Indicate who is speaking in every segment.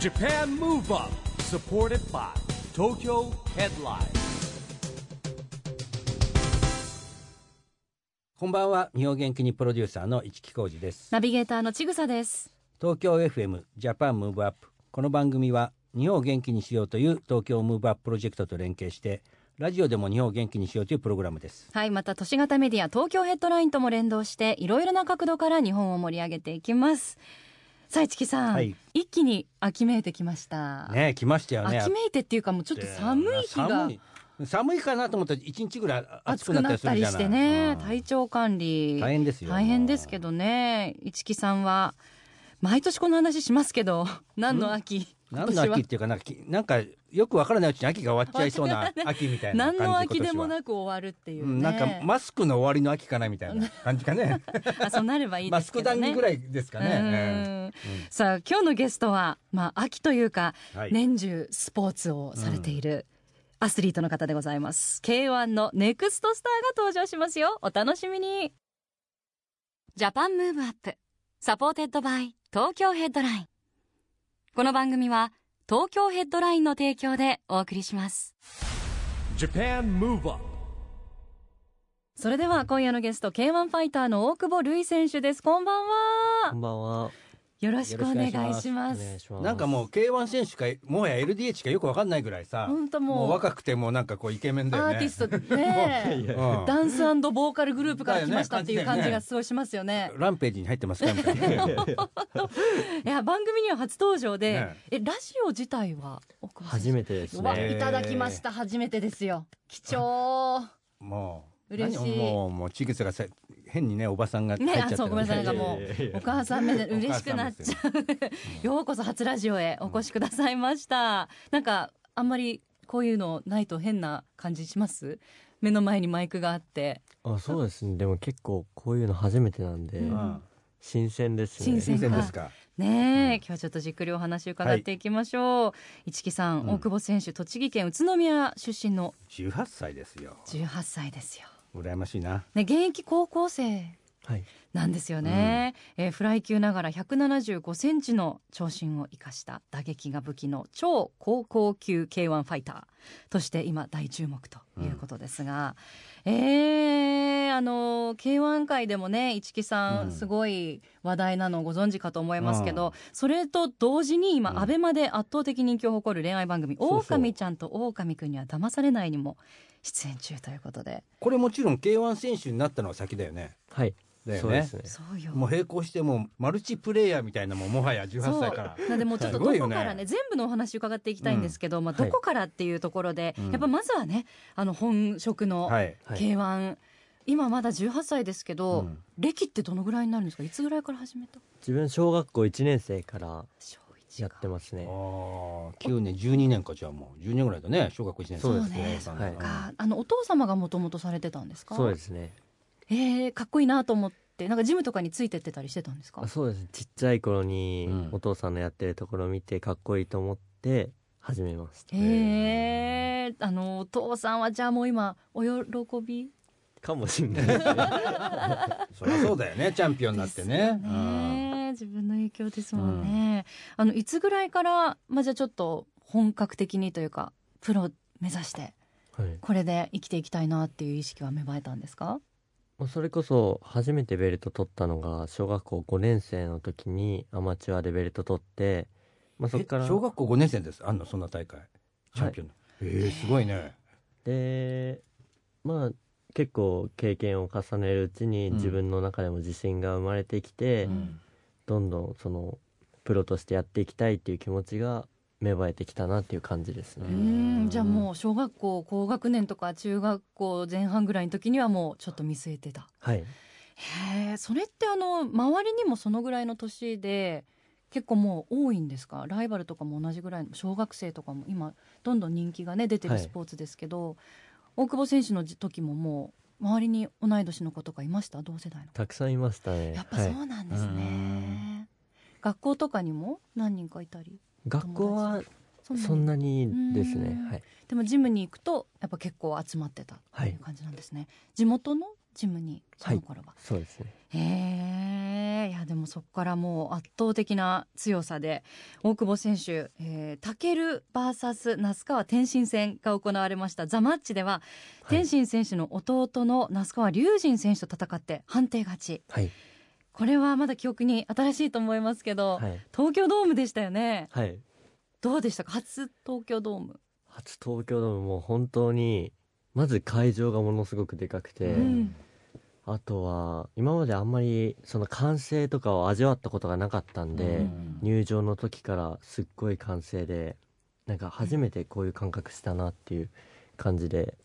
Speaker 1: Japan Move Up supported by Tokyo Headline
Speaker 2: こんばんは日本元気にプロデューサーの市木浩司です
Speaker 3: ナビゲーターのちぐさです。
Speaker 2: 東京 FM ジャパンムーブアップこの番組は日本を元気にしようという東京ムーブアッププロジェクトと連携してラジオでも日本を元気にしようというプログラムです
Speaker 3: はい、また都市型メディア東京ヘッドラインとも連動して、いろいろな角度から日本を盛り上げていきます。さあ、市木さん、
Speaker 2: はい
Speaker 3: 一気に秋めいてきました。
Speaker 2: ねえ来ましたよね
Speaker 3: 秋めいてっていうか、もうちょっと寒い日が
Speaker 2: 寒い寒いかなと思ったら一日ぐらい暑
Speaker 3: 暑
Speaker 2: く
Speaker 3: く
Speaker 2: なった
Speaker 3: な
Speaker 2: り
Speaker 3: っ
Speaker 2: する
Speaker 3: た
Speaker 2: じ
Speaker 3: り
Speaker 2: ゃ
Speaker 3: し
Speaker 2: ない
Speaker 3: てね、
Speaker 2: うん
Speaker 3: 体調管理
Speaker 2: 大変ですよ
Speaker 3: 大変ですけどね、市木さんは毎年この話しますけど、何の秋、
Speaker 2: 何
Speaker 3: 今年
Speaker 2: の
Speaker 3: は
Speaker 2: 秋っていうかなんかきなんかよくわからないうちに秋が終わっちゃいそうな秋みたいな感
Speaker 3: 何
Speaker 2: じ
Speaker 3: の秋でも
Speaker 2: 今年は
Speaker 3: なく終わるっていううね。
Speaker 2: んなんかマスクの終わりの秋かなみたいな感じかね
Speaker 3: あそうなれ ばいい
Speaker 2: マ
Speaker 3: で
Speaker 2: ス
Speaker 3: すけ
Speaker 2: ク
Speaker 3: どね。
Speaker 2: 談義ぐらいですかね、ええ
Speaker 3: うんさあ今日のゲストは、まあ、秋というか、
Speaker 2: はい
Speaker 3: 年中スポーツをされているアスリートの方でございます、K1 のネクストスターが登場しますよお楽しみにジャパンムーブアップサポーテッドバイ東京ヘッドラインこの番組は東京ヘッドラインの提供でお送りします
Speaker 1: Japan Move Up
Speaker 3: それでは今夜のゲスト K1 ファイターの大久保瑠衣選手ですこんばん
Speaker 4: こ
Speaker 3: は
Speaker 4: んばんは。
Speaker 3: よろしくお願いします
Speaker 4: お願いします。
Speaker 2: なんかもう K1 選手かもはや LDH かよくわかんないぐらいさ
Speaker 3: ほんともう
Speaker 2: 若くてもうなんかこうイケメンだよ
Speaker 3: ア
Speaker 2: ね
Speaker 3: ーティスト ね
Speaker 2: うん
Speaker 3: ダンスボーカルグループから来ましたっていう感じがすごいしますよね。
Speaker 2: ランページに入ってますかみたいな
Speaker 3: いや番組には初登場で、
Speaker 2: ね
Speaker 3: えラジオ自体は奥橋さん
Speaker 4: 初めてです
Speaker 3: うわ
Speaker 4: ね。
Speaker 3: いただきました初めてですよ。貴重。
Speaker 2: もう
Speaker 3: 嬉しい
Speaker 2: 何もうもうちぐさがさ変にねおばさんが入っち
Speaker 3: ね
Speaker 2: ゃっ
Speaker 3: あ
Speaker 2: て
Speaker 3: そうごめんなさいなんかも
Speaker 4: いやいやいうや
Speaker 3: お母さん目で嬉しくなっちゃう。ようこそ初ラジオへお越しくださいました。なんかあんまりこういうのないと変な感じします。目の前にマイクがあって
Speaker 4: あ、そうですね。でも結構こういうの初めてなんで、
Speaker 3: うん
Speaker 2: うん
Speaker 4: 新鮮ですね。
Speaker 3: 新
Speaker 2: 新鮮ですか
Speaker 3: ねえ、今日はちょっとじっくりお話伺っていきましょう。一木さ
Speaker 2: う
Speaker 3: ん、
Speaker 2: ん
Speaker 3: 大久保選手栃木県宇都宮出身の
Speaker 2: 18歳ですよ
Speaker 3: 18歳ですよ。
Speaker 2: 羨ましいな
Speaker 3: ね、現役高校生
Speaker 4: はい。
Speaker 3: なんですよね、えーフライ級ながら175センチの長身を生かした打撃が武器の超高校級 K1 ファイターとして今大注目ということですが、えーあの K1 界でもね一木さ
Speaker 2: うんん
Speaker 3: すごい話題なのをご存知かと思いますけど、
Speaker 2: うん
Speaker 3: それと同時に今、
Speaker 2: うん
Speaker 3: アベマで圧倒的人気を誇る恋愛番組「
Speaker 4: そうそう
Speaker 3: 狼ちゃんと狼くんには騙されない」にも出演中ということで。
Speaker 2: これもちろん K1 選手になったのは先だよね
Speaker 4: はい。
Speaker 2: だよね
Speaker 4: そうですね。
Speaker 3: そうよ
Speaker 2: もう並行してもうマルチプレイヤーみたいなもんもはや18歳から
Speaker 3: なんでもうちょっと
Speaker 2: す
Speaker 3: ど
Speaker 2: ごい
Speaker 3: こ
Speaker 2: よ
Speaker 3: か
Speaker 2: ね
Speaker 3: らね全部のお話伺っていきたいんですけど、まあ、
Speaker 4: は
Speaker 3: ど
Speaker 4: い
Speaker 3: こからっていうところで、
Speaker 2: うん
Speaker 3: やっぱまずはねあの本職の
Speaker 2: はい
Speaker 4: はい
Speaker 3: K1、今まだ18歳ですけど、
Speaker 2: うん
Speaker 3: 歴ってどのぐらいになるんですかいつぐらいから始めた
Speaker 4: 自分小学校1年生から
Speaker 3: 小一
Speaker 4: やってますね。
Speaker 2: 9年12年かじゃあもう10年ぐらいだね小学校1年
Speaker 4: そうです
Speaker 3: ね
Speaker 2: そ
Speaker 4: そうう
Speaker 2: ね
Speaker 4: ね
Speaker 3: かあのお父様がもともとされてたんですか
Speaker 4: そうですね。
Speaker 3: えーかっこいいなと思ってなんかジムとかについてってたりしてたんですか
Speaker 4: あそうですね。ちっちゃい頃に
Speaker 2: うん
Speaker 4: お父さんのやってるところを見てかっこいいと思って始めました。
Speaker 3: えー、あのお父さんはじゃあもう今お喜び
Speaker 4: かもしれないですね。
Speaker 2: そりゃそうだよねチャンピオンになって
Speaker 3: ですよ
Speaker 2: ねうん
Speaker 3: ね自分の影響ですもんね。あのいつぐらいからまあじゃあちょっと本格的にというかプロ目指して
Speaker 4: はい。
Speaker 3: これで生きていきたいなっていう意識は芽生えたんですか？
Speaker 4: まあそれこそ初めてベルト取ったのが小学校5年生の時にアマチュアでベルト取って、まあ、そこ
Speaker 2: え
Speaker 4: から
Speaker 2: 小学校5年生ですあんのそんな大会チャンピオンのええすごいね
Speaker 4: でまあ結構経験を重ねるうちに
Speaker 2: うん
Speaker 4: 自分の中でも自信が生まれてきて、
Speaker 3: うん
Speaker 4: どんどんそのプロとしてやっていきたいっていう気持ちが芽生えてきたなっていう感じですね。
Speaker 3: うんじゃあもう小学校高学年とか中学校前半ぐらいの時にはもうちょっと見据えてた。
Speaker 4: はい、
Speaker 3: へえそれってあの周りにもそのぐらいの年で。結構もう多いんですかライバルとかも同じぐらいの小学生とかも今どんどん人気がね出てる
Speaker 4: はい
Speaker 3: スポーツですけど、大久保選手の時ももう周りに同い年の子とかいました同世代の
Speaker 4: たくさんいましたね。
Speaker 3: やっぱそ
Speaker 4: はいう
Speaker 3: なんですね、
Speaker 2: う
Speaker 3: 学校とかにも何人かいたり
Speaker 4: 学校は
Speaker 3: そんなに
Speaker 4: そんなにですね
Speaker 3: うん。
Speaker 4: はい、
Speaker 3: でもジムに行くとやっぱ結構集まってたって
Speaker 4: はい
Speaker 3: いう感じなんですね、地元のジムにその頃は、
Speaker 4: そうですね。
Speaker 3: へえいややでもそこからもう圧倒的な強さで大久保選手、えー、タケル VS 那須川天心戦が行われましたザ・マッチでは、
Speaker 4: はい
Speaker 3: 天心選手の弟の那須川龍神選手と戦って判定勝ち
Speaker 4: はい
Speaker 3: これはまだ記憶に新しいと思いますけど、
Speaker 4: はい
Speaker 3: 東京ドームでしたよね
Speaker 4: はい
Speaker 3: どうでしたか初東京ドーム、
Speaker 4: 初東京ドームもう本当にまず会場がものすごくでかくて、
Speaker 2: えー
Speaker 3: うん
Speaker 4: あとは今まであんまりその歓声とかを味わったことがなかったんで、
Speaker 2: うん
Speaker 4: 入場の時からすっごい歓声でなんか初めてこういう感覚したなっていう感じで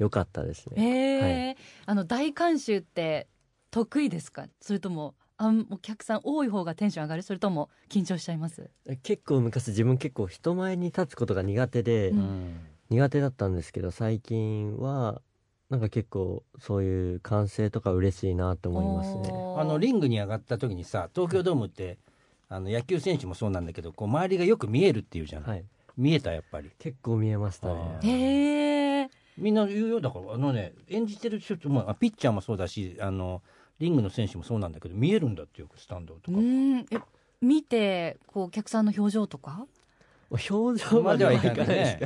Speaker 4: 良かったですね、
Speaker 3: えー
Speaker 4: は
Speaker 3: あの大観衆って得意ですかそれともあんお客さん多い方がテンション上がるそれとも緊張しちゃいます
Speaker 4: 結構昔自分結構人前に立つことが苦手で、
Speaker 3: うん
Speaker 4: 苦手だったんですけど最近はなんか結構そういう歓声とか嬉しいなと思いますね
Speaker 2: あのリングに上がった時にさ東京ドームってあの野球選手もそうなんだけどこう周りがよく見えるっていうじゃん、
Speaker 4: はい
Speaker 2: 見えたやっぱり
Speaker 4: 結構見えましたね
Speaker 2: あー
Speaker 3: へえ
Speaker 2: みんな言うよだからあのね演じてる人もあピッチャーもそうだしあのリングの選手もそうなんだけど見えるんだってよくスタンドと
Speaker 3: う
Speaker 2: か、
Speaker 3: んえ見てこうお客さんの表情とか、
Speaker 4: 表情まではいかないです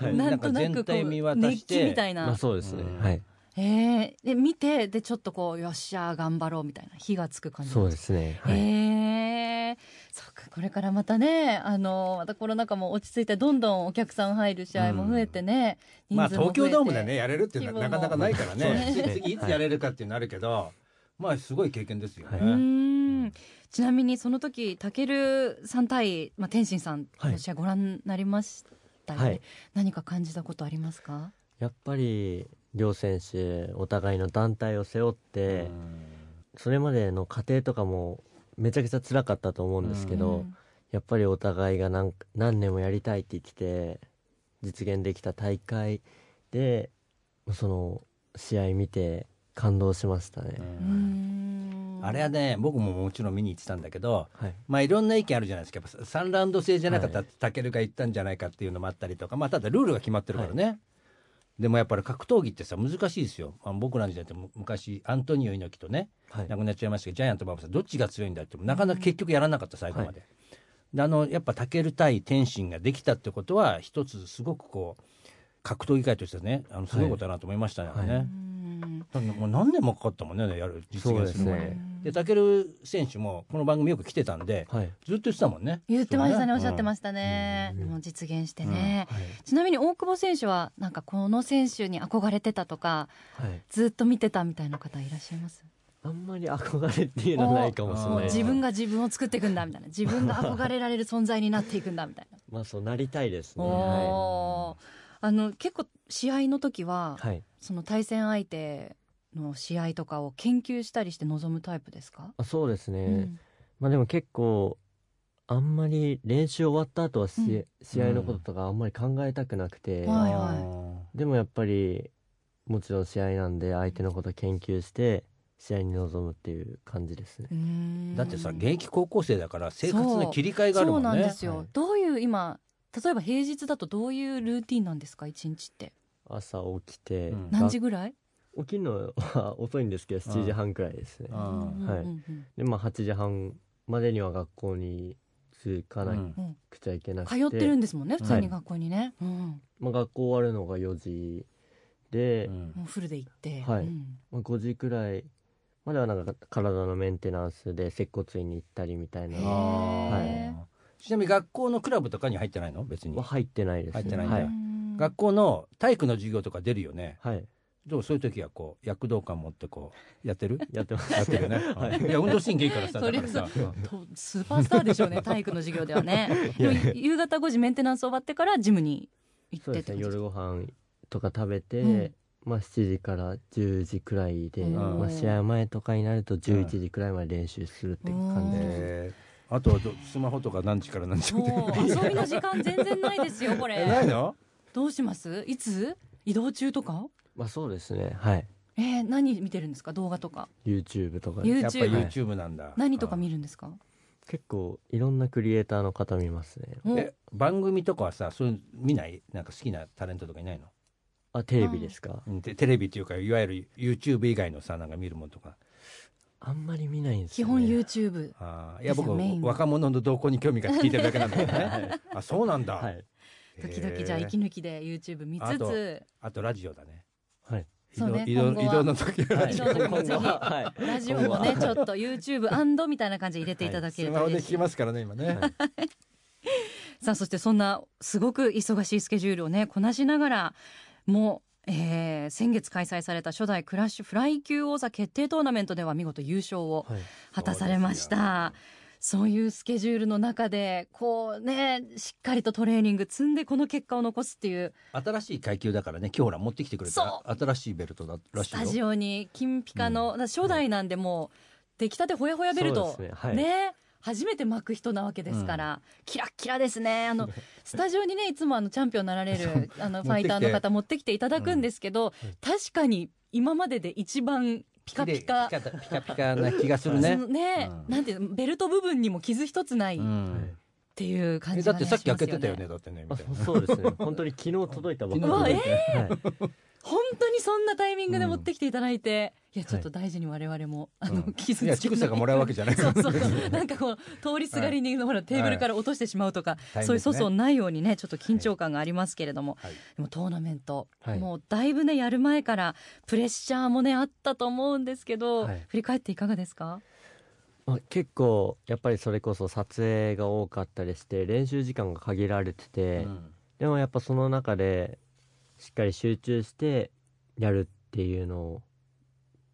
Speaker 4: か、はい
Speaker 3: なんとなくこ
Speaker 2: 全体見
Speaker 3: う
Speaker 2: 渡
Speaker 3: 熱
Speaker 2: して
Speaker 3: 気みたい
Speaker 4: まあ
Speaker 3: な、
Speaker 4: そうですね、
Speaker 2: うん
Speaker 4: はい
Speaker 3: へえで見てでちょっとこうよっしゃ頑張ろうみたいな火がつく感じ
Speaker 4: そうですねはい、
Speaker 3: へえそうかこれからまたねあのまたコロナ禍も落ち着いてどんどんお客さん入る試合も増えてね、
Speaker 2: まあ
Speaker 3: 人数も増
Speaker 2: 東
Speaker 3: えて
Speaker 2: 京ドームでねやれるっていうのはな
Speaker 3: 規模
Speaker 2: か
Speaker 3: も
Speaker 2: なかないからね
Speaker 4: そうですね
Speaker 2: 次いつやれるかっていうのあるけど、まあすごい経験ですよね、
Speaker 4: はいう
Speaker 3: ーんちなみにその時たけるさん対、まあ、天心さんの試合ご覧になりましたよね、
Speaker 4: はい
Speaker 3: 何か感じたことありますか
Speaker 4: やっぱり両選手お互いの団体を背負って、それまでの過程とかもめちゃくちゃ辛かったと思うんですけ
Speaker 3: う
Speaker 4: ど、
Speaker 3: ん
Speaker 4: やっぱりお互いが何何年もやりたいって言ってて実現できた大会でその試合見て感動しましたね、
Speaker 3: うーん
Speaker 2: あれはね僕ももちろん見に行ってたんだけど
Speaker 4: はい
Speaker 2: まあいろんな意見あるじゃないですかやっぱ3ラウンド制じゃなかったらタケルが言ったんじゃないかっていうのもあったりとかまあただルールが決まってるからね、でもやっぱり格闘技ってさ難しいですよ、まあ、僕らの時代ってむ昔アントニオ猪木とね
Speaker 4: はい
Speaker 2: 亡くなっちゃいましたけどジャイアント馬場さんどっちが強いんだってなかなか結局やらなかった最後まで。であのやっぱタケル対天心ができたってことは一つすごくこう格闘技界としてねあのすごいことだなと思いましたね。
Speaker 4: はい
Speaker 2: ね
Speaker 4: は
Speaker 3: う
Speaker 4: いう
Speaker 3: ん
Speaker 2: だからもう何年もかかったもんねやる実現するま
Speaker 4: そうです
Speaker 2: で
Speaker 4: ね。
Speaker 2: でタケル選手もこの番組よく来てたんで
Speaker 4: はい、
Speaker 2: ずっと言ってたもんね。
Speaker 3: 言ってましたね
Speaker 2: そう
Speaker 3: おっしゃってましたね、
Speaker 4: うん
Speaker 3: もう実現してね、
Speaker 4: はい
Speaker 3: ちなみに大久保選手はなんかこの選手に憧れてたとか
Speaker 4: はい、
Speaker 3: ずっと見てたみたいな方いらっしゃいます
Speaker 4: あんまり憧れっていうのはないかもしれ
Speaker 2: お
Speaker 4: ない
Speaker 2: ー
Speaker 4: です
Speaker 3: 自分が自分を作っていくんだみたいな自分が憧れられる存在になっていくんだみたいな
Speaker 4: まあそうなりたいですねは
Speaker 3: おーあの結構試合の時は、
Speaker 4: い、はい、
Speaker 3: その対戦相手の試合とかを研究したりして臨むタイプですか、
Speaker 4: あそうですね、
Speaker 3: うん
Speaker 4: まあでも結構あんまり練習終わった後は
Speaker 3: う
Speaker 4: し、
Speaker 3: ん
Speaker 4: 試合のこととかあんまり考えたくなくて、
Speaker 3: はい
Speaker 4: でもやっぱりもちろん試合なんで相手のこと研究して試合に臨むっていう感じですね
Speaker 3: うーん
Speaker 2: だってさ現役高校生だから生活の切り替えがある
Speaker 3: そ
Speaker 2: も
Speaker 3: うん
Speaker 2: ね。
Speaker 3: なんですよ、
Speaker 4: はい
Speaker 3: どういう今例えば平日だとどういうルーティンなんですか一日って
Speaker 4: 朝起きて、
Speaker 2: うん
Speaker 3: 何時ぐらい、
Speaker 4: 起きるのは遅いんですけど7時半くらいですね
Speaker 2: う
Speaker 3: うん
Speaker 2: ん
Speaker 3: うんうん
Speaker 4: でまあ8時半までには学校に着かな
Speaker 2: うん
Speaker 3: うん
Speaker 4: くちゃいけなく
Speaker 3: 通
Speaker 4: て、
Speaker 3: ってるんですもんね普通
Speaker 2: は
Speaker 3: に
Speaker 2: い
Speaker 3: 学校にね、うん、
Speaker 4: まあ、学校終わるのが4時で、
Speaker 2: うん
Speaker 3: もうフルで行って、
Speaker 4: はい
Speaker 3: うん
Speaker 4: まあ、5時くらいまではなんか体のメンテナンスで接骨院に行ったりみたいな
Speaker 3: へ
Speaker 4: のは
Speaker 3: ー
Speaker 2: い、ちなみに学校のクラブとかに入ってないの別に、
Speaker 4: 入ってないです
Speaker 2: 入
Speaker 4: ね
Speaker 2: ってないんだ
Speaker 4: は
Speaker 2: う
Speaker 4: い、
Speaker 3: ん
Speaker 2: 学校の体育の授業とか出るよね
Speaker 4: はい、
Speaker 2: どうそういう時はこう躍動感持ってこうやってる
Speaker 4: やってます
Speaker 2: やってるよね、、
Speaker 4: はい
Speaker 2: や運動神経いいから さ
Speaker 3: と
Speaker 2: だ
Speaker 3: り
Speaker 2: か
Speaker 3: あえ
Speaker 2: ら
Speaker 3: ず
Speaker 2: さ、
Speaker 3: とスーパースターでしょ うね体育の授業ではねでも夕方5時メンテナンス終わってからジムに行
Speaker 4: そ
Speaker 3: っ
Speaker 4: う
Speaker 3: てっ
Speaker 4: で
Speaker 3: て感
Speaker 4: すね
Speaker 3: じ
Speaker 4: 夜ご飯とか食べて、
Speaker 3: うん
Speaker 4: まあ7時から10時くらいで、
Speaker 3: うん
Speaker 4: まあ、試合前とかになると11時くらいまで練習するって感じ
Speaker 3: うん
Speaker 4: です、
Speaker 2: えーあとはどスマホとか何時から何時みたいな
Speaker 3: もう遊びの時間全然ないですよ こ
Speaker 2: えない
Speaker 3: れ
Speaker 2: の
Speaker 3: どうしますいつ移動中とか
Speaker 4: まあそうですねはい
Speaker 3: えー、何見てるんですか動画とか
Speaker 4: YouTube とか
Speaker 3: ゆ
Speaker 4: で
Speaker 2: やっぱ
Speaker 3: YouTube
Speaker 2: YouTube なんだ
Speaker 3: 何とか見
Speaker 2: る
Speaker 3: るんですか
Speaker 4: 結構いろんなクリエイターの方見ますね
Speaker 3: お
Speaker 2: え番組とかはさそういうの見ないなんか好きなタレントとかいないの
Speaker 4: あテレビですか
Speaker 2: うんテテレビっていうかいわゆる YouTube 以外のさなんか見るものとか
Speaker 4: あんまり見ないんです
Speaker 3: 基
Speaker 4: よ、ね、
Speaker 3: 本 YouTube
Speaker 2: あーいや
Speaker 3: です
Speaker 2: 僕
Speaker 3: よメインは
Speaker 2: 若者の動向に興味が聞いてるだけなんだけどねあそうなんだ、
Speaker 4: はい
Speaker 3: 時々じゃあ
Speaker 2: へー
Speaker 3: 息抜きで YouTube 見つ
Speaker 2: あと
Speaker 3: つ
Speaker 2: あとラジオだね
Speaker 4: はい
Speaker 2: 移動
Speaker 3: そうね
Speaker 2: 移動
Speaker 3: 今後は
Speaker 2: 移動の時はラ
Speaker 3: 移
Speaker 2: ジオ
Speaker 3: 動の時もぜひ
Speaker 4: は
Speaker 3: ラジオもねちょっと YouTube& みたいな感じで入れていただけ
Speaker 2: ス
Speaker 3: る
Speaker 2: マ
Speaker 3: と
Speaker 2: ホで
Speaker 3: 嬉
Speaker 2: 聞
Speaker 3: しい
Speaker 2: きますからね今ね、
Speaker 3: さあそしてそんなすごく忙しいスケジュールをねこなしながらもう、えー先月開催された初代クラッシュフライ級王座決定トーナメントでは見事優勝を
Speaker 4: いはい
Speaker 3: 果たされました。そういうスケジュールの中でこうねしっかりとトレーニング積んでこの結果を残すっていう
Speaker 2: 新しい階級だからね今日ほら持ってきてくれた新しいベルトだら
Speaker 3: ス
Speaker 2: しいよ
Speaker 3: タジオに金ピカの、だから初代なんでもう出来たてほやほやベルト
Speaker 4: そうですねはい
Speaker 3: 初めて巻く人なわけですから、キラッキラですねあの スタジオにねいつもあのチャンピオンになられるあのファイターの方持ってきていただくんですけど、確かに今までで一番ピカピカ。
Speaker 2: 綺麗ピカピカな気がする
Speaker 3: そ
Speaker 2: ね
Speaker 3: のね、
Speaker 2: うん
Speaker 3: なんていうのベルト部分にも傷一つないっ
Speaker 2: うん
Speaker 3: ていう感
Speaker 2: え
Speaker 3: じ
Speaker 2: だ
Speaker 3: が、
Speaker 2: っ
Speaker 3: ね
Speaker 2: てさっき開け
Speaker 3: してま
Speaker 2: た
Speaker 3: す
Speaker 2: よねだってねみ
Speaker 4: あ
Speaker 2: たいな
Speaker 4: そうですね本当に昨日届いたばっか
Speaker 3: う
Speaker 4: り
Speaker 3: わえ
Speaker 4: はい
Speaker 3: 本当にそんなタイミングで持ってきていただいて、いやちょっと大事に我々も、あの
Speaker 2: うん
Speaker 3: 傷つけ
Speaker 2: い
Speaker 3: な
Speaker 2: や
Speaker 3: い
Speaker 2: ちぐさがもらうわけじゃない
Speaker 3: そうそうそうなんかこう通りすがりに、ほらテーブルから落としてしまうとか、
Speaker 2: はい
Speaker 3: そういう粗相ないようにねちょっと緊張感がありますけれども、
Speaker 2: はい
Speaker 3: でもトーナメント、
Speaker 4: はい
Speaker 3: もうだいぶねやる前からプレッシャーもねあったと思うんですけど、
Speaker 4: はい
Speaker 3: 振り返っていかがですか
Speaker 4: まあ、結構やっぱりそれこそ撮影が多かったりして練習時間が限られてて、
Speaker 2: うん
Speaker 4: でもやっぱその中でしっかり集中してやるっていうの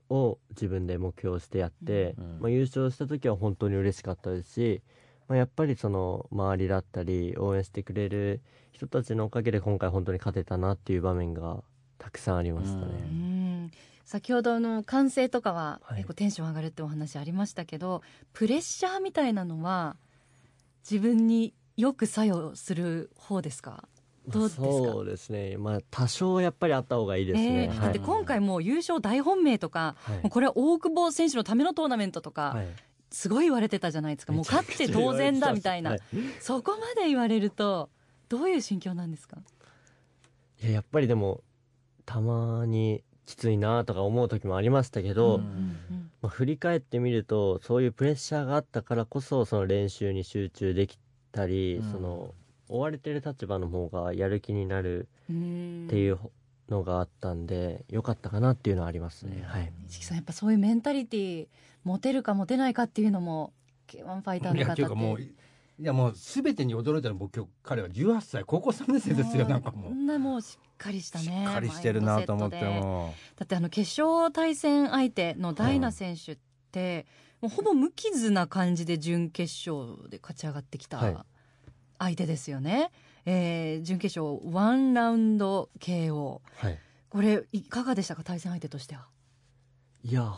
Speaker 4: を自分で目標してやって、
Speaker 2: うん
Speaker 4: まあ、優勝した時は本当に嬉しかったですし、まあ、やっぱりその周りだったり応援してくれる人たちのおかげで今回本当に勝てたなっていう場面がたくさんありました
Speaker 2: う
Speaker 4: ね。
Speaker 3: うん先ほどあの歓声とかは、
Speaker 4: はい
Speaker 3: えこうテンション上がるってお話ありましたけどプレッシャーみたいなのは自分によく作用する方ですかどうですか
Speaker 4: そうですね、まあ、多少やっぱりあった方がいいです
Speaker 3: え
Speaker 4: ね。
Speaker 3: ーだ
Speaker 4: は
Speaker 3: っ
Speaker 4: い
Speaker 3: て今回もう優勝大本命とか、
Speaker 4: はい
Speaker 3: もうこれは大久保選手のためのトーナメントとか、
Speaker 4: はい
Speaker 3: すごい言われてたじゃないですかもう勝って当然だみたいな、
Speaker 4: はい
Speaker 3: そこまで言われるとどういう心境なんですか
Speaker 4: いややっぱりでもたまにきついなとか思う時もありましたけど、
Speaker 2: うん
Speaker 4: まあ、振り返ってみるとそういうプレッシャーがあったからこそその練習に集中できたり、
Speaker 2: うん
Speaker 4: その追われてる立場の方がやる気になる
Speaker 3: うん
Speaker 4: っていうのがあったんで良かったかなっていうのはありますね、はい
Speaker 3: 石木さんやっぱそういうメンタリティー持てるか持てないかっていうのも K1 ファイター
Speaker 2: い
Speaker 3: の
Speaker 2: や
Speaker 3: 方
Speaker 2: っ
Speaker 3: ってて
Speaker 2: いうかもういやもう全てに驚いたの僕今日彼は18歳高校3年生ですよなんかも
Speaker 3: こ
Speaker 2: うん
Speaker 3: なもうしっかりしたね
Speaker 2: しっかりしてるなと思って
Speaker 3: マインドセットで
Speaker 2: も
Speaker 3: だってあの決勝対戦相手のダイナ選手って、もうほぼ無傷な感じで準決勝で勝ち上がってき
Speaker 4: はい
Speaker 3: た相手ですよね、えー準決勝ワンラウンド KO
Speaker 4: はい、
Speaker 3: これいかがでしたか対戦相手としては。
Speaker 4: いやー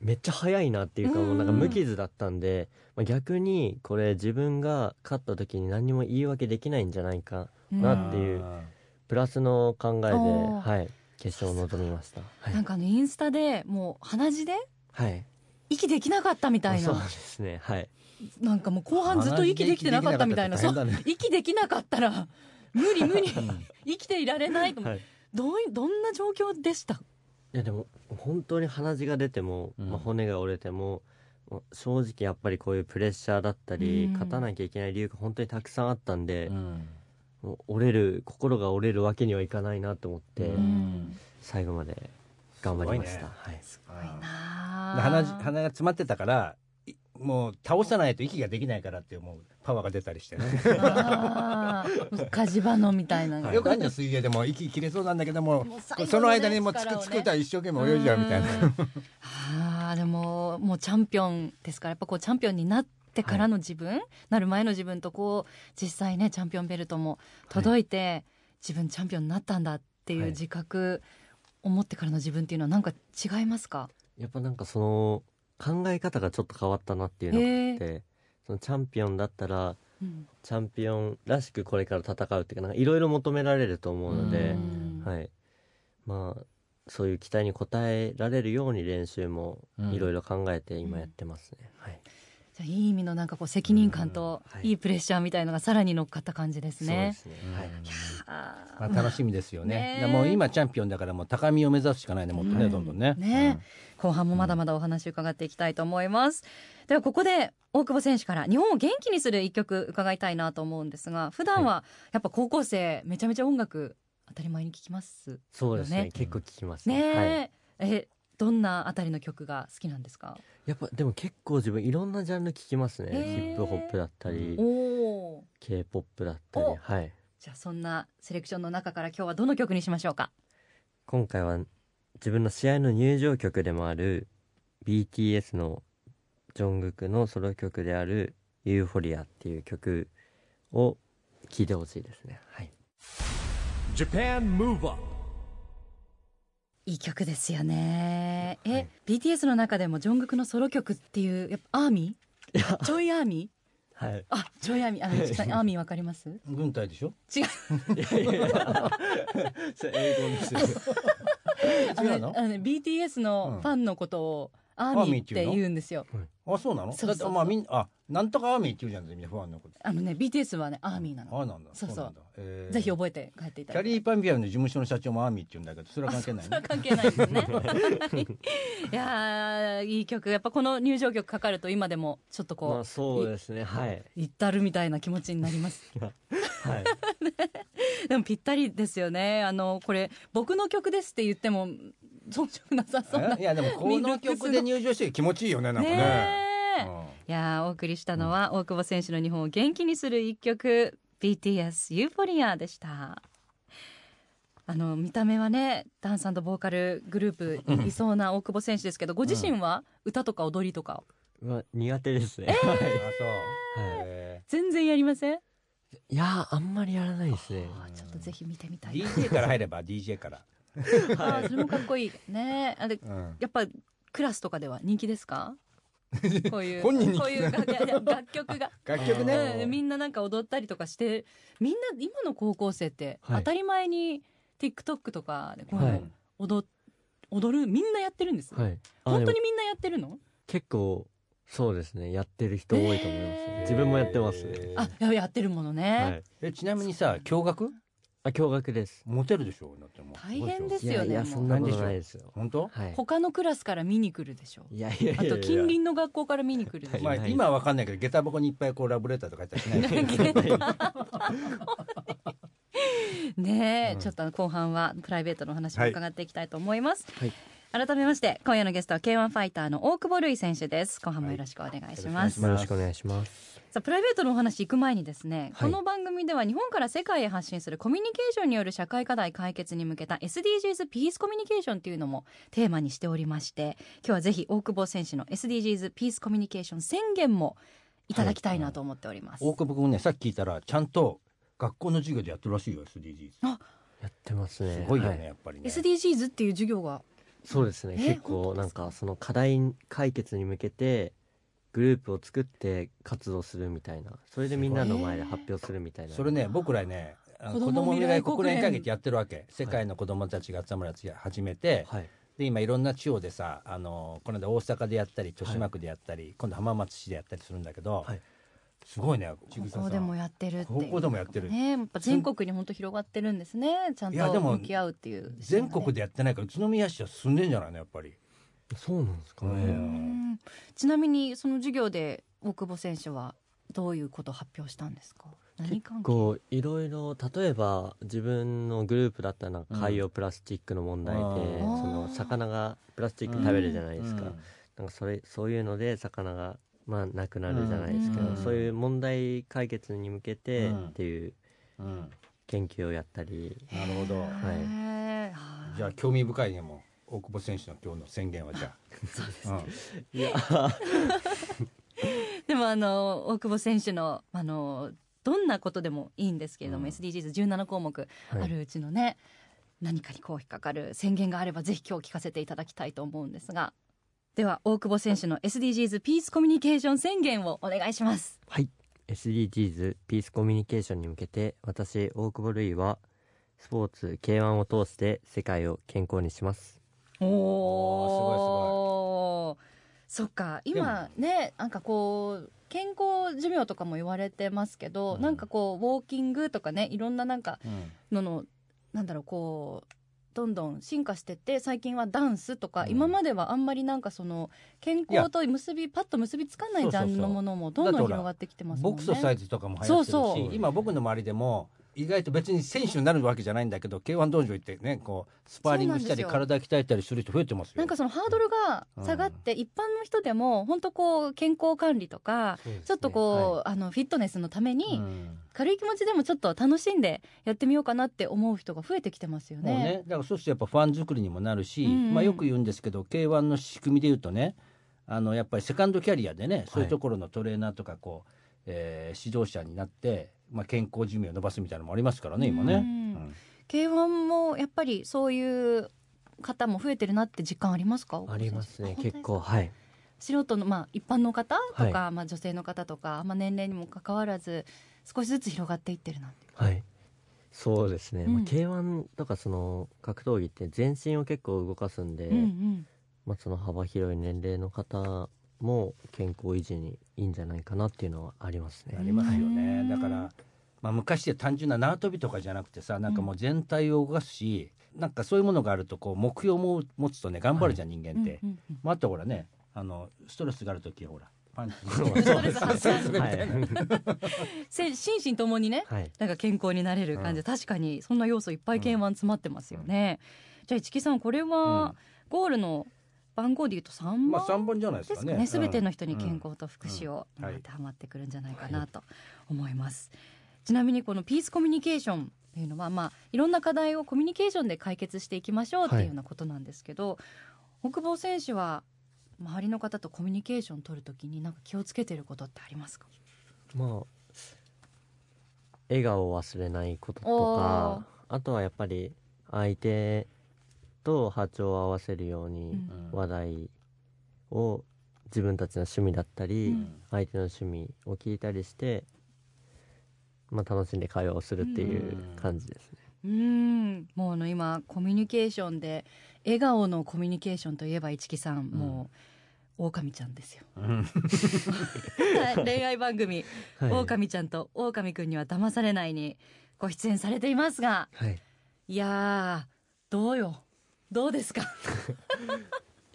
Speaker 4: めっちゃ早いなっていうかもうなんか無傷だったんで、まあ、逆にこれ自分が勝った時に何にも言い訳できないんじゃないかなって
Speaker 2: う
Speaker 4: いうん
Speaker 2: あ
Speaker 4: プラスの考えで、
Speaker 3: おー
Speaker 4: はい、決勝を臨みました。は
Speaker 3: なん
Speaker 4: い。
Speaker 3: かあのインスタでもう鼻血で
Speaker 4: はい。
Speaker 3: 息できなかったみたい
Speaker 4: そう
Speaker 3: な
Speaker 4: ですね。はい。
Speaker 3: なんかもう後半ずっと息できてなかったみたいな
Speaker 2: 鼻血
Speaker 3: そ
Speaker 2: で
Speaker 3: う
Speaker 2: 息で
Speaker 3: 息できなかったら無理無理 生きていられないと思う、
Speaker 4: はい。
Speaker 3: どういどんな状況でした
Speaker 4: いやでも本当に鼻血が出ても、
Speaker 2: うん
Speaker 4: まあ、骨が折れても、まあ正直やっぱりこういうプレッシャーだったり、
Speaker 3: うん
Speaker 4: 勝たなきゃいけない理由が本当にたくさんあったんで、
Speaker 2: うん
Speaker 4: もう折れる心が折れるわけにはいかないなと思って、
Speaker 3: ん
Speaker 4: 最後まで頑張りました。
Speaker 2: すごいね
Speaker 4: はい。
Speaker 2: で鼻
Speaker 3: 鼻
Speaker 2: 血鼻が詰まってたからいもう倒さないと息ができないからっていうもうパワーが出たりしてね
Speaker 3: あー火事場のみたいなのが
Speaker 2: よくあるじゃん水泳でも息切れそうなんだけども
Speaker 3: もう最後のね
Speaker 2: その間にもうつ
Speaker 3: 力
Speaker 2: く
Speaker 3: をね
Speaker 2: つくたら一生懸命泳いじゃうみたいな
Speaker 3: うんあーでももうチャンピオンですからやっぱこうチャンピオンになってからの自分、なる前の自分とこう実際ねチャンピオンベルトも届いて、自分チャンピオンになったんだっていう
Speaker 4: はい
Speaker 3: 自覚、思ってからの自分っていうのはなんか違いますか
Speaker 4: やっぱなんかその考え方がちょっと変わったなっていうのがあって、そのチャンピオンだったら
Speaker 3: うん
Speaker 4: チャンピオンらしくこれから戦うっていうかなんかいろいろ求められると思うので、
Speaker 3: うん
Speaker 4: はい、まあそういう期待に応えられるように練習もいろいろ考えて今やってますね、はい、
Speaker 3: じゃあいい意味のなんかこう責任感と
Speaker 4: うんはい
Speaker 3: いいプレッシャーみたいのがさらに乗っかった感じです
Speaker 4: そうで
Speaker 3: ね。
Speaker 4: すね。はい。
Speaker 3: あ
Speaker 2: まあ、
Speaker 3: ー
Speaker 2: 楽しみですよ
Speaker 3: ね
Speaker 2: ね
Speaker 3: え
Speaker 2: だからもう今チャンピオンだからもう高みを目指すしかないねもっとね、
Speaker 3: う
Speaker 2: どんどんね
Speaker 3: ね、後半もまだまだお話伺っていきたいと思います。ではここで大久保選手から日本を元気にする一曲伺いたいなと思うんですが、普段はやっぱ高校生めちゃめちゃ音楽当たり前に聴きます
Speaker 4: そうですね。
Speaker 3: ね
Speaker 4: 結構聞きます
Speaker 3: ね。
Speaker 4: はい。
Speaker 3: えどんなあたりの曲が好きなんですか。
Speaker 4: やっぱでも結構自分いろんなジャンル聞きますね。
Speaker 3: へ
Speaker 4: ヒ
Speaker 3: ー
Speaker 4: ップホップだったり、
Speaker 3: おお。
Speaker 4: K-POP だったり
Speaker 3: お、
Speaker 4: はい。
Speaker 3: じゃあそんなセレクションの中から今日はどの曲にしましょうか。
Speaker 4: 今回は自分の試合の入場曲でもある BTS のジョングクのソロ曲である「ユーフォリア」っていう曲を聴いてほしいですね。はい、
Speaker 1: Japan Move Up
Speaker 3: いい曲ですよね。え、BTS の中でもジョングクのソロ曲っていうやっぱアーミー？ジョイアーミー？
Speaker 4: はい、
Speaker 3: あ、ジョイアーミー。あの、ちさんアーミーわかります？
Speaker 2: 軍隊でしょ
Speaker 3: 違う。
Speaker 2: 英語です よ
Speaker 3: あ
Speaker 2: 違う
Speaker 3: の
Speaker 2: の
Speaker 3: あのね BTS のファンのことをアーミーって言うんですよ。
Speaker 2: あそうなの
Speaker 3: そうそうそう
Speaker 2: だってまあみんなあなんとかアーミーって言うじゃんみんな不安のこと
Speaker 3: あのね BTS はねアーミーなの。
Speaker 2: あなんだ
Speaker 3: そうそう
Speaker 2: なんだ、えー
Speaker 3: ぜひ覚えて帰ってい
Speaker 2: キ
Speaker 3: た
Speaker 2: ャ
Speaker 3: だきたい。
Speaker 2: リーパンビアの事務所の社長もアーミーって言うんだけどそれは関係ない
Speaker 3: それは
Speaker 2: ね
Speaker 3: 関係ないですね。はいいやーいい曲やっぱこの入場曲かかると今でもちょっとこう、
Speaker 4: まあそうですねはい、
Speaker 3: 至るみたいな気持ちになります。
Speaker 4: はい、
Speaker 3: でもぴったりですよね。あのこれ僕の曲ですって言っても遜色なさそうな。
Speaker 2: えいやでもこの曲で入場して気持ちいいよねなんかね
Speaker 3: ねえ
Speaker 2: うん
Speaker 3: いやーお送りしたのは大久保選手の日本を元気にする一曲 BTS ユーフォリアでした。あの見た目はねダンスボーカルグループにいそうな大久保選手ですけどご自身は歌とか踊りとか
Speaker 4: まあ、苦手ですね、はい
Speaker 2: あそう
Speaker 4: はい
Speaker 2: え
Speaker 3: 全然やりません
Speaker 4: いやーあんまりやらないですね
Speaker 3: あーちょっとぜひ見てみた
Speaker 2: ー
Speaker 3: いな
Speaker 2: DJ から入れば DJ から、
Speaker 3: あーそれもかっこいいねあで
Speaker 2: うん
Speaker 3: やっぱクラスとかでは人気で すかこういう
Speaker 2: 本人に聞く
Speaker 3: こういう楽いやいや楽曲が
Speaker 2: 楽曲
Speaker 3: う
Speaker 2: ね
Speaker 3: んみんななんか踊ったりとかしてみんな今の高校生って
Speaker 4: はい
Speaker 3: 当たり前に TikTok とかでこういう
Speaker 4: は
Speaker 3: の
Speaker 4: い
Speaker 3: 踊,、踊るみんなやってるんです、
Speaker 4: はいあ
Speaker 3: 本当
Speaker 4: で
Speaker 3: に
Speaker 4: も
Speaker 3: みんなやってるの
Speaker 4: 結構そうですねやってる人多いと思います、ね
Speaker 3: へー
Speaker 4: 自分もやってますね、
Speaker 3: あややってるもの
Speaker 4: は
Speaker 3: ね、
Speaker 4: い、
Speaker 2: えちなみにさ驚愕
Speaker 4: あ驚愕です
Speaker 2: モテるでしょだってもう
Speaker 3: 大変です
Speaker 4: い
Speaker 3: よね
Speaker 4: やいや
Speaker 3: もう
Speaker 4: そんなことないですよ
Speaker 2: 本当、
Speaker 4: はい
Speaker 3: 他のクラスから見に来るでしょ
Speaker 4: いやいやいや
Speaker 3: あ
Speaker 4: いや
Speaker 3: と近隣の学校から見に来るでしょ、
Speaker 2: まあ、今はわかんないけど下駄箱にいっぱいこうラブレターとか書いてあるね
Speaker 3: ねえ、
Speaker 2: うん
Speaker 3: ちょっとあの後半はプライベートのお話も伺っていきたいと思います、
Speaker 4: はい
Speaker 3: 改めまして今夜のゲストは K1 ファイターの大久保瑠衣選手です後半もよろしくお願いします、
Speaker 4: よろしくお願いします
Speaker 3: さあプライベートのお話行く前にですね、
Speaker 4: はい
Speaker 3: この番組では日本から世界へ発信するコミュニケーションによる社会課題解決に向けた SDGs ピースコミュニケーションというのもテーマにしておりまして今日はぜひ大久保選手の SDGs ピースコミュニケーション宣言もいただきたいなと思っております、
Speaker 2: 大久保君ねさっき聞いたらちゃんと学校の授業でやってるらしいよ SDGs す
Speaker 4: やってますね
Speaker 2: ごいよね、
Speaker 4: は
Speaker 2: やっぱりね
Speaker 3: SDGs っていう授業が
Speaker 4: そうですね
Speaker 3: え
Speaker 4: 結
Speaker 3: 本
Speaker 4: 構
Speaker 3: 当
Speaker 4: な
Speaker 3: で
Speaker 4: ん
Speaker 3: すか
Speaker 4: かその課題解決に向けてグループを作って活動するみたいなそれでみんなの前で発表するみたいな
Speaker 2: それね僕らねあの子
Speaker 3: 子供
Speaker 2: 供未来国
Speaker 3: 未来国
Speaker 2: 連
Speaker 3: 連
Speaker 2: 会議ってやってるわけ世界の子供たちが集まるやつや始めて、
Speaker 4: はい
Speaker 2: で今いろんな地方でさあのこの間大阪でやったり豊島区でやったり、今度浜松市でやったりするんだけど、
Speaker 4: はい
Speaker 2: すごいねちぐささ
Speaker 3: 高校
Speaker 2: ん
Speaker 3: でもやってるっていう
Speaker 2: 高校でもやってる
Speaker 3: ねやっぱ全国に本当広がってるんですねちゃん
Speaker 2: いやで
Speaker 3: と
Speaker 2: も
Speaker 3: 向き合うっていう
Speaker 2: 全国でやってないから宇都宮市は進んでんじゃないのやっぱり。
Speaker 4: そうなんですかね、
Speaker 2: う
Speaker 3: うんんちなみにその授業で大久保選手はどういうことを発表したんですか何関係
Speaker 4: こういろいろ例えば自分のグループだったらなんか海洋プラスチックの問題で、
Speaker 2: うん
Speaker 3: あー
Speaker 4: その魚がプラスチック食べるじゃないですか、
Speaker 2: うん
Speaker 4: なんかそれそういうので魚がまあなくなるじゃないですけど、
Speaker 3: うん
Speaker 4: そういう問題解決に向けてっていう
Speaker 2: うん
Speaker 4: 研究をやったり、
Speaker 2: なるほど。
Speaker 4: はい
Speaker 3: へー
Speaker 2: じゃあ興味深いねもう大久保選手の今日の宣言はじゃ あ。うん
Speaker 3: でもあの大久保選手のあのどんなことでもいいんですけれども、
Speaker 2: うん
Speaker 3: SDGs17 項目
Speaker 4: はい
Speaker 3: あるうちのね、何かにこう引っかかる宣言があればぜひ今日聞かせていただきたいと思うんですがでは大久保選手の SDGs ピースコミュニケーション宣言をお願いします。
Speaker 4: はい。SDGs ピースコミュニケーションに向けて私大久保瑠衣はスポーツ K1 を通して世界を健康にします
Speaker 3: お
Speaker 2: おーすごいす
Speaker 3: おそっか今ねなんかこう健康寿命とかも言われてますけど、
Speaker 2: うん
Speaker 3: なんかこうウォーキングとかねいろんななんか
Speaker 2: うん
Speaker 3: ののなんだろうこうどんどん進化してって最近はダンスとか、
Speaker 2: うん
Speaker 3: 今まではあんまりなんかその健
Speaker 2: いや
Speaker 3: 康と結びパッと結びつかな
Speaker 2: そ
Speaker 3: いうジ
Speaker 2: そう
Speaker 3: ャ
Speaker 2: そう
Speaker 3: ンルのものもどんどん広がってきてますも
Speaker 2: ボ
Speaker 3: ん
Speaker 2: ク
Speaker 3: ね。
Speaker 2: ササイズとかも流行ってるし
Speaker 3: そうそう
Speaker 2: 今僕の周りでも意外と別に選手になるわけじゃないんだけど k 1道場行ってねこうスパーリングしたり
Speaker 3: そうなん
Speaker 2: 体鍛えたりする人増えてますよ。
Speaker 3: なんかそのハードルが下がって、一般の人でも本当こう健康管理とか、
Speaker 2: そうですね
Speaker 3: ちょっとこう、あのフィットネスのため
Speaker 2: はい
Speaker 3: に、
Speaker 2: うん
Speaker 3: 軽い気持ちでもちょっと楽しんでやってみようかなって思う人が増えてきてますよ
Speaker 2: もう
Speaker 3: ね。
Speaker 2: ねだからそうするとやっぱファン作りにもなるし、
Speaker 3: うんうん
Speaker 2: まあ、よく言うんですけど k 1の仕組みで言うとねあのやっぱりセカンドキャリアでねそういうところのトレーナーとかこう、えー指導者になって、まあ、健康寿命を伸ばすみたいなのもありますからね今ね。
Speaker 3: う
Speaker 2: うんん
Speaker 3: K1 もやっぱりそういう方も増えてるなって実感ありますか？
Speaker 4: ありますね
Speaker 3: 本当です
Speaker 4: 結構はい
Speaker 3: 素人のまあ一般の方とか、まあ女性の方とか、まあ年齢にも関わらず少しずつ広がっていってるなんて。
Speaker 4: はいそうですね、
Speaker 3: う
Speaker 4: まあ、
Speaker 3: ん
Speaker 4: K1 とかその格闘技って全身を結構動かすんで、
Speaker 3: うんうん。
Speaker 4: まあ、その幅広い年齢の方も健康維持にいいんじゃないかなっていうのはありますね
Speaker 2: ありますよ
Speaker 3: う
Speaker 2: ね
Speaker 3: ん
Speaker 2: だから、まあ、昔で単純な縄跳びとかじゃなくてさなんかもう全体を動かすし、なんかそういうものがあるとこう目標も持つとね頑張るじゃん、人間って。
Speaker 3: うんうんうん
Speaker 2: まあ、あとほらねあのストレスがある時はほらパンチ
Speaker 3: ストレス発 散
Speaker 2: そうそうそう
Speaker 4: はい
Speaker 3: せ心身ともにね、
Speaker 4: はい
Speaker 3: なんか健康になれる感じ、
Speaker 2: うん
Speaker 3: 確かにそんな要素いっぱい K1 詰まってますよね。じゃあ市木さんこれ
Speaker 2: うん
Speaker 3: はゴールの番号で言うと3番、
Speaker 2: まあ三本じゃないです
Speaker 3: で
Speaker 2: か
Speaker 3: すか
Speaker 2: ね。
Speaker 3: ね。すべての人に
Speaker 2: うん
Speaker 3: 健康と福祉を
Speaker 2: うんうんはい
Speaker 3: 当てはまってくるんじゃないかなと思います。ちなみにこのピースコミュニケーションというのはまあいろんな課題をコミュニケーションで解決していきましょうっていうようなことなんですけど、北坊選手は周りの方とコミュニケーション取るときになんか気をつけてることってありますか？
Speaker 4: まあ笑顔を忘れないこととかあとはやっぱり相手と波長を合わせるよう
Speaker 3: う
Speaker 4: に
Speaker 3: ん
Speaker 2: うん
Speaker 4: 話題を自分たちの趣味だったり、
Speaker 3: うん
Speaker 4: 相手の趣味を聞いたりして、まあ、楽しんで会話をするっていう感じですね。
Speaker 3: うんもうあの今コミュニケーションで笑顔のコミュニケーションといえば市木さん、もう狼ちゃんです よ
Speaker 2: うん
Speaker 3: 恋愛番組「
Speaker 4: はい
Speaker 3: 狼ちゃんと狼くんには騙されない」にご出演されていますが
Speaker 4: はい、
Speaker 3: いやーどうよどうですか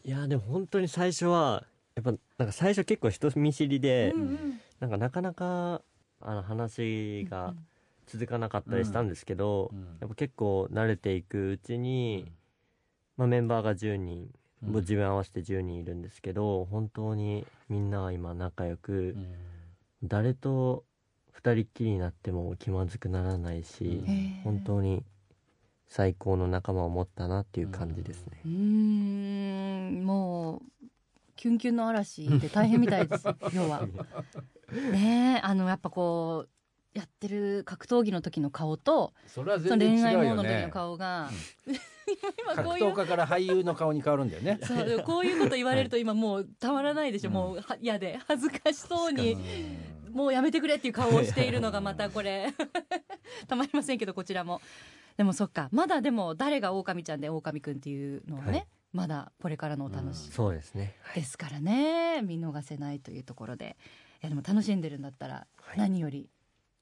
Speaker 4: いやーでも本当に最初はやっぱなんか最初結構人見知りで、なんかなかなかあの話が続かなかったりしたんですけど、
Speaker 2: うん
Speaker 4: やっぱ結構慣れていくうちに、まあ、メンバーが10人、
Speaker 2: うん
Speaker 4: もう自分合わせて10人いるんですけど本当にみんなは今仲良く、誰と2人っきりになっても気まずくならないし、
Speaker 2: うん
Speaker 4: 本当に最高の仲間を持ったなっていう感じですね。
Speaker 3: うーんもうキュンキュンの嵐で大変みた いです要は。ねえあのやっぱこうやってる格闘技の時の顔と
Speaker 2: それは
Speaker 3: その
Speaker 2: 全然
Speaker 3: 恋
Speaker 2: 違
Speaker 3: 愛
Speaker 2: う
Speaker 3: モー
Speaker 2: よ
Speaker 3: ドの時
Speaker 2: ね
Speaker 3: の。顔が、 今
Speaker 2: 格
Speaker 3: こうい
Speaker 2: 闘
Speaker 3: う
Speaker 2: 家から俳優の顔に変わるんだよね。
Speaker 3: そうでもこういうこと言われると今もうたまらないでしょ、
Speaker 2: うん
Speaker 3: もうは嫌で恥ずかしそうに
Speaker 2: うん
Speaker 3: もうやめてくれっていう顔をしているのがまたこれ たまりませんけどこちらもでもそっかまだでも誰が狼ちゃんで狼くんっていうのをね、
Speaker 4: はい
Speaker 3: まだこれからのお楽しみ
Speaker 4: そうですね。
Speaker 3: ですからね見逃せないというところでいやでも楽しんでるんだったら
Speaker 4: はい
Speaker 3: 何より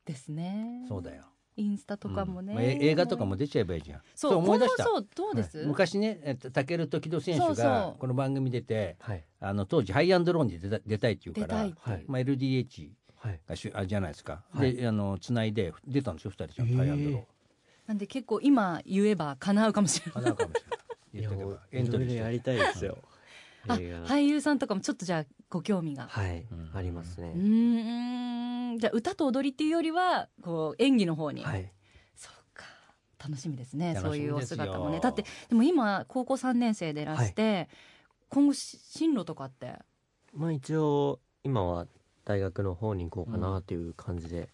Speaker 3: ですね、
Speaker 2: そうだよ。
Speaker 3: インスタとかもね、
Speaker 2: うんまあえ映画とかも出ちゃえばいいじゃん。
Speaker 3: そう
Speaker 2: 思い出した。
Speaker 3: そうそうどうです、
Speaker 2: 昔ね、えっとタケル時々選
Speaker 3: そう
Speaker 2: 手
Speaker 3: そ
Speaker 2: が
Speaker 3: う
Speaker 2: この番組出て、
Speaker 4: はい。
Speaker 2: あの当時ハイアンドローンに出た出たいっていう
Speaker 3: 出
Speaker 2: か
Speaker 3: た
Speaker 2: ら
Speaker 3: いっ、ていう、
Speaker 4: はい
Speaker 2: まあ LDH
Speaker 4: はい。
Speaker 2: がしゅあじゃないですか。
Speaker 4: はい
Speaker 2: で、あの繋いで出たんですよ二人ちゃんとハイアンドローン。
Speaker 3: なんで結構今言えば叶うかもしれない
Speaker 2: かなうかもし れない。言っとけばエントリーし
Speaker 4: いろいろや
Speaker 2: て
Speaker 4: りたいです よ。
Speaker 3: あ
Speaker 4: 映画
Speaker 3: 俳優さんとかもちょっとじゃあご興味が、
Speaker 4: はい
Speaker 2: うん。
Speaker 4: あります
Speaker 3: う
Speaker 4: ね。
Speaker 3: ーんじゃあ歌と踊りっていうよりはこう演技の方に、
Speaker 4: はい。
Speaker 3: そうか楽しみですね
Speaker 2: 楽しみ
Speaker 3: そういうお
Speaker 2: ですよ
Speaker 3: 姿もねだってでも今高校3年生でいらして、今後し進路とかって
Speaker 4: まあ一応今は大学の方に行こうかなっていう感じで。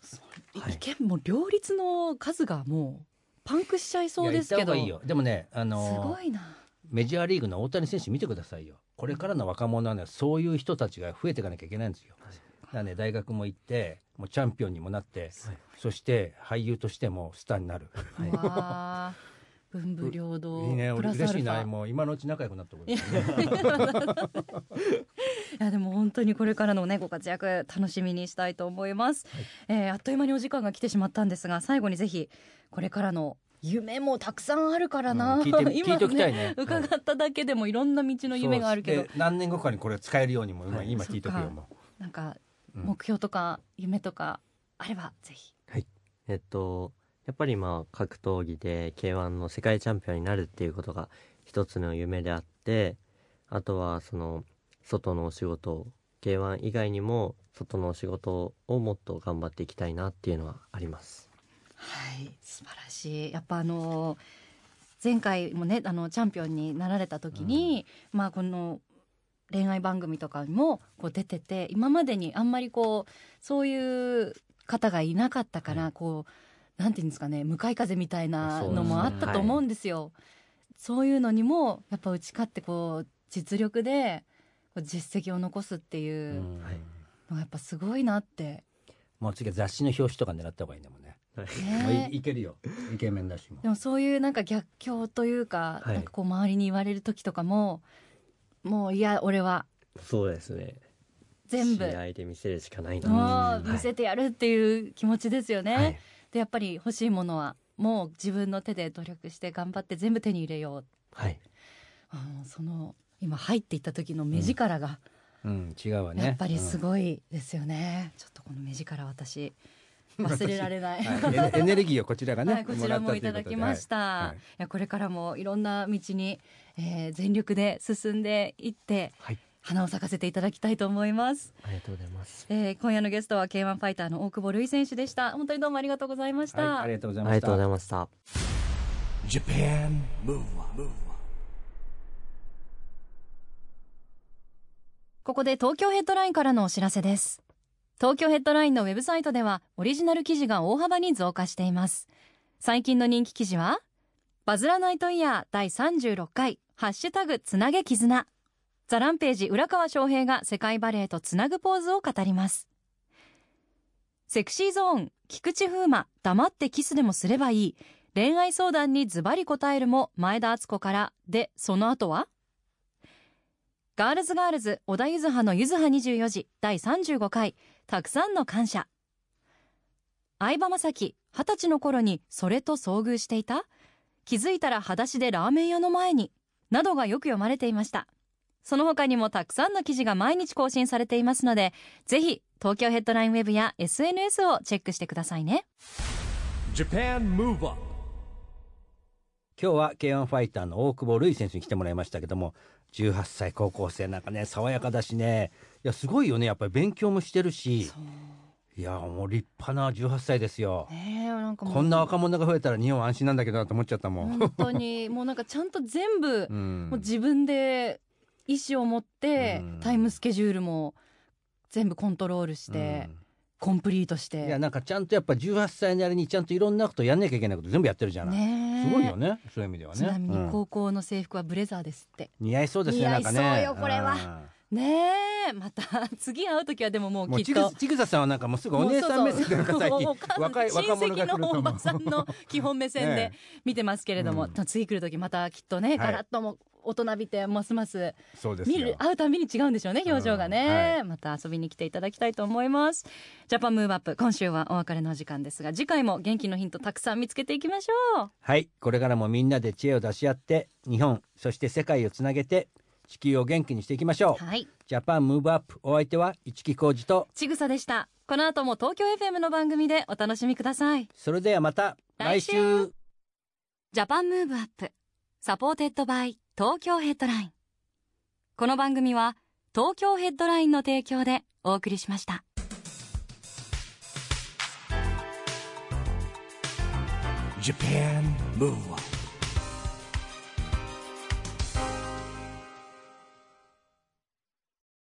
Speaker 3: い
Speaker 4: はい
Speaker 3: いけもう両立の数がもうパンクしちゃいそうですけど
Speaker 2: いや行った方がいいよ。でもね、あのー
Speaker 3: すごいな
Speaker 2: メジャーリーグの大谷選手見てくださいよ。これからの若者はね、そういう人たちが増えていかなきゃいけないんですよ。だからね、大学も行って、もうチャンピオンにもなって、そして俳優としてもスターになる。
Speaker 3: う わー文武両道
Speaker 2: いいね、
Speaker 3: プ
Speaker 2: 俺
Speaker 3: ラスア
Speaker 2: 嬉し
Speaker 3: ル
Speaker 2: い
Speaker 3: フ
Speaker 2: な、
Speaker 3: ァ
Speaker 2: もう今のうち仲良くなっておく
Speaker 3: いややでも本当にこれからのねご活躍楽しみにしたいと思います、えーあっという間にお時間が来てしまったんですが最後にぜひこれからの夢もたくさんあるからな、
Speaker 2: うん聞いて聞
Speaker 3: 今
Speaker 2: いておきたい
Speaker 3: ね
Speaker 2: ね
Speaker 3: 伺っただけでもいろんな道の夢があるけど、
Speaker 2: そうで何年後かにこれ使えるようにも今,、
Speaker 4: はい
Speaker 2: 今聞いとく
Speaker 3: そ
Speaker 2: よ
Speaker 3: っか
Speaker 2: も
Speaker 3: なんか
Speaker 2: う、うん
Speaker 3: 目標とか夢とかあればぜひ、
Speaker 4: えっとやっぱりまあ格闘技で K1 の世界チャンピオンになるっていうことが一つの夢であってあとはその外のお仕事 K1 以外にも外のお仕事をもっと頑張っていきたいなっていうのはあります。
Speaker 3: はい、素晴らしい。やっぱあのー前回もねあのチャンピオンになられた時に、まあこの恋愛番組とかにもこう出てて今までにあんまりこうそういう方がいなかったから、
Speaker 4: は
Speaker 3: こうなんていうんですかね向かい風みたいなのもあ
Speaker 4: そう
Speaker 3: っ
Speaker 4: ですね
Speaker 3: たと思うんですよ。そういうのにもやっぱ打ち勝ってこう実力でこう実績を残すっていううん
Speaker 4: はい
Speaker 3: のがやっぱすごいなって、
Speaker 2: もう次は雑誌の表紙とか狙った方がいいんだもんね、もう
Speaker 3: ね
Speaker 2: いいけるよイケメンだしも
Speaker 3: でもそういうなんか逆境というか,、
Speaker 4: はい
Speaker 3: なんかこう周りに言われる時とかももういや俺は
Speaker 4: そうですね。
Speaker 3: 全部
Speaker 4: 試合で見せるしかないな。
Speaker 3: もう見せてやるっていう気持ちですよね。
Speaker 4: はい
Speaker 3: でやっぱり欲しいものはもう自分の手で努力して頑張って全部手に入れよう
Speaker 4: はい。
Speaker 3: あーその今入っていった時の目力が
Speaker 2: うん違うわね
Speaker 3: やっぱりすごいですよね、ちょっとこの目力私忘れられない。
Speaker 2: うんはいエネエネルギーをこちらがね、
Speaker 3: はい、こちらもいただきました。い
Speaker 2: はいはい
Speaker 3: やこれからもいろんな道に、えー全力で進んでいって、
Speaker 4: はい
Speaker 3: 花を咲かせていただきたいと思います。
Speaker 4: ありがとうございます。
Speaker 3: えー今夜のゲストは K1 ファイターの大久保瑠衣選手でした。本当にどうもありがとうございまし
Speaker 2: ということではいは
Speaker 3: た。
Speaker 2: いありがとうござ
Speaker 4: あ
Speaker 2: い
Speaker 4: り
Speaker 2: ました
Speaker 4: がとうございました。
Speaker 1: Japan Move Up
Speaker 3: ここで東京ヘッドラインからのお知らせです。東京ヘッドラインのウェブサイトではオリジナル記事が大幅に増加しています。最近の人気記事は、バズらないとイヤー第36回、ハッシュタグつなげ絆。ザランページ浦川翔平が世界バレーとつなぐポーズを語ります。セクシーゾーン、菊池風磨、黙ってキスでもすればいい。恋愛相談にズバリ答えるも前田敦子からで、その後はガールズガールズ小田ゆずはのゆずは24時第35回たくさんの感謝相葉雅紀二十歳の頃にそれと遭遇していた気づいたら裸足でラーメン屋の前になどがよく読まれていましたその他にもたくさんの記事が毎日更新されていますのでぜひ東京ヘッドラインウェブや SNS をチェックしてくださいね
Speaker 1: Japan Move Up
Speaker 2: 今日は K1 ファイターの大久保瑠衣選手に来てもらいましたけども18歳高校生なんかね爽やかだしねいやすごいよねやっぱり勉強もしてるしいやもう立派な18歳ですよ、
Speaker 3: ねえなんか
Speaker 2: こんな若者が増えたら日本安心なんだけどなと思っちゃったもん、
Speaker 3: 本当にもうなんかちゃんと全部
Speaker 2: うん
Speaker 3: もう自分で意思を持って
Speaker 2: うん
Speaker 3: タイムスケジュールも全部コントロールして、コンプリートし
Speaker 2: うんいや
Speaker 3: て。
Speaker 2: なんかちゃんとやっぱ18歳なりにちゃんといろんなことやんなきゃいけないこと全部やってるじゃない、
Speaker 3: ねえ
Speaker 2: すごいよねそういう意味ではね
Speaker 3: ちなみ
Speaker 2: うん
Speaker 3: に高校の制服はブレザーですって。
Speaker 2: 似合いそうですね
Speaker 3: 似合
Speaker 2: ないん
Speaker 3: そ
Speaker 2: か
Speaker 3: う
Speaker 2: ね
Speaker 3: よこれは
Speaker 2: うん
Speaker 3: ねえまた 次会う時はでももう
Speaker 2: も
Speaker 3: き
Speaker 2: う
Speaker 3: っ
Speaker 2: ち
Speaker 3: と
Speaker 2: ぐ。ちぐささんはなんかもうすぐお姉さん目線だから最
Speaker 3: も うそ
Speaker 2: 近
Speaker 3: うもう
Speaker 2: 若い若者が来ると
Speaker 3: 親戚の
Speaker 2: 思
Speaker 3: おばさんの基本目線で
Speaker 2: ね
Speaker 3: 見てますけれども、
Speaker 2: う
Speaker 3: 次来る時またきっとね、
Speaker 2: い
Speaker 3: ガラッともう大人びてますます
Speaker 2: う そうですよ
Speaker 3: 見る会うたびに違うんでしょうね表情がね、
Speaker 2: うんは
Speaker 3: また遊びに来ていただきたいと思いますジャパンムーブアップ今週はお別れのお時間ですが次回も元気のヒントたくさん見つけていきましょう
Speaker 2: はいこれからもみんなで知恵を出し合って日本そして世界をつなげて地球を元気にしていきましょう、
Speaker 3: はい
Speaker 2: ジャパンムーブアップお相手は市木浩二と
Speaker 3: ちぐさでしたこの後も東京 FM の番組でお楽しみください
Speaker 2: それではまた
Speaker 3: 来週
Speaker 2: 来週
Speaker 3: ジャパンムーブアップサポーテッドバイ東京ヘッドラインこの番組は東京ヘッドラインの提供でお送りしました「
Speaker 1: Japan Move Up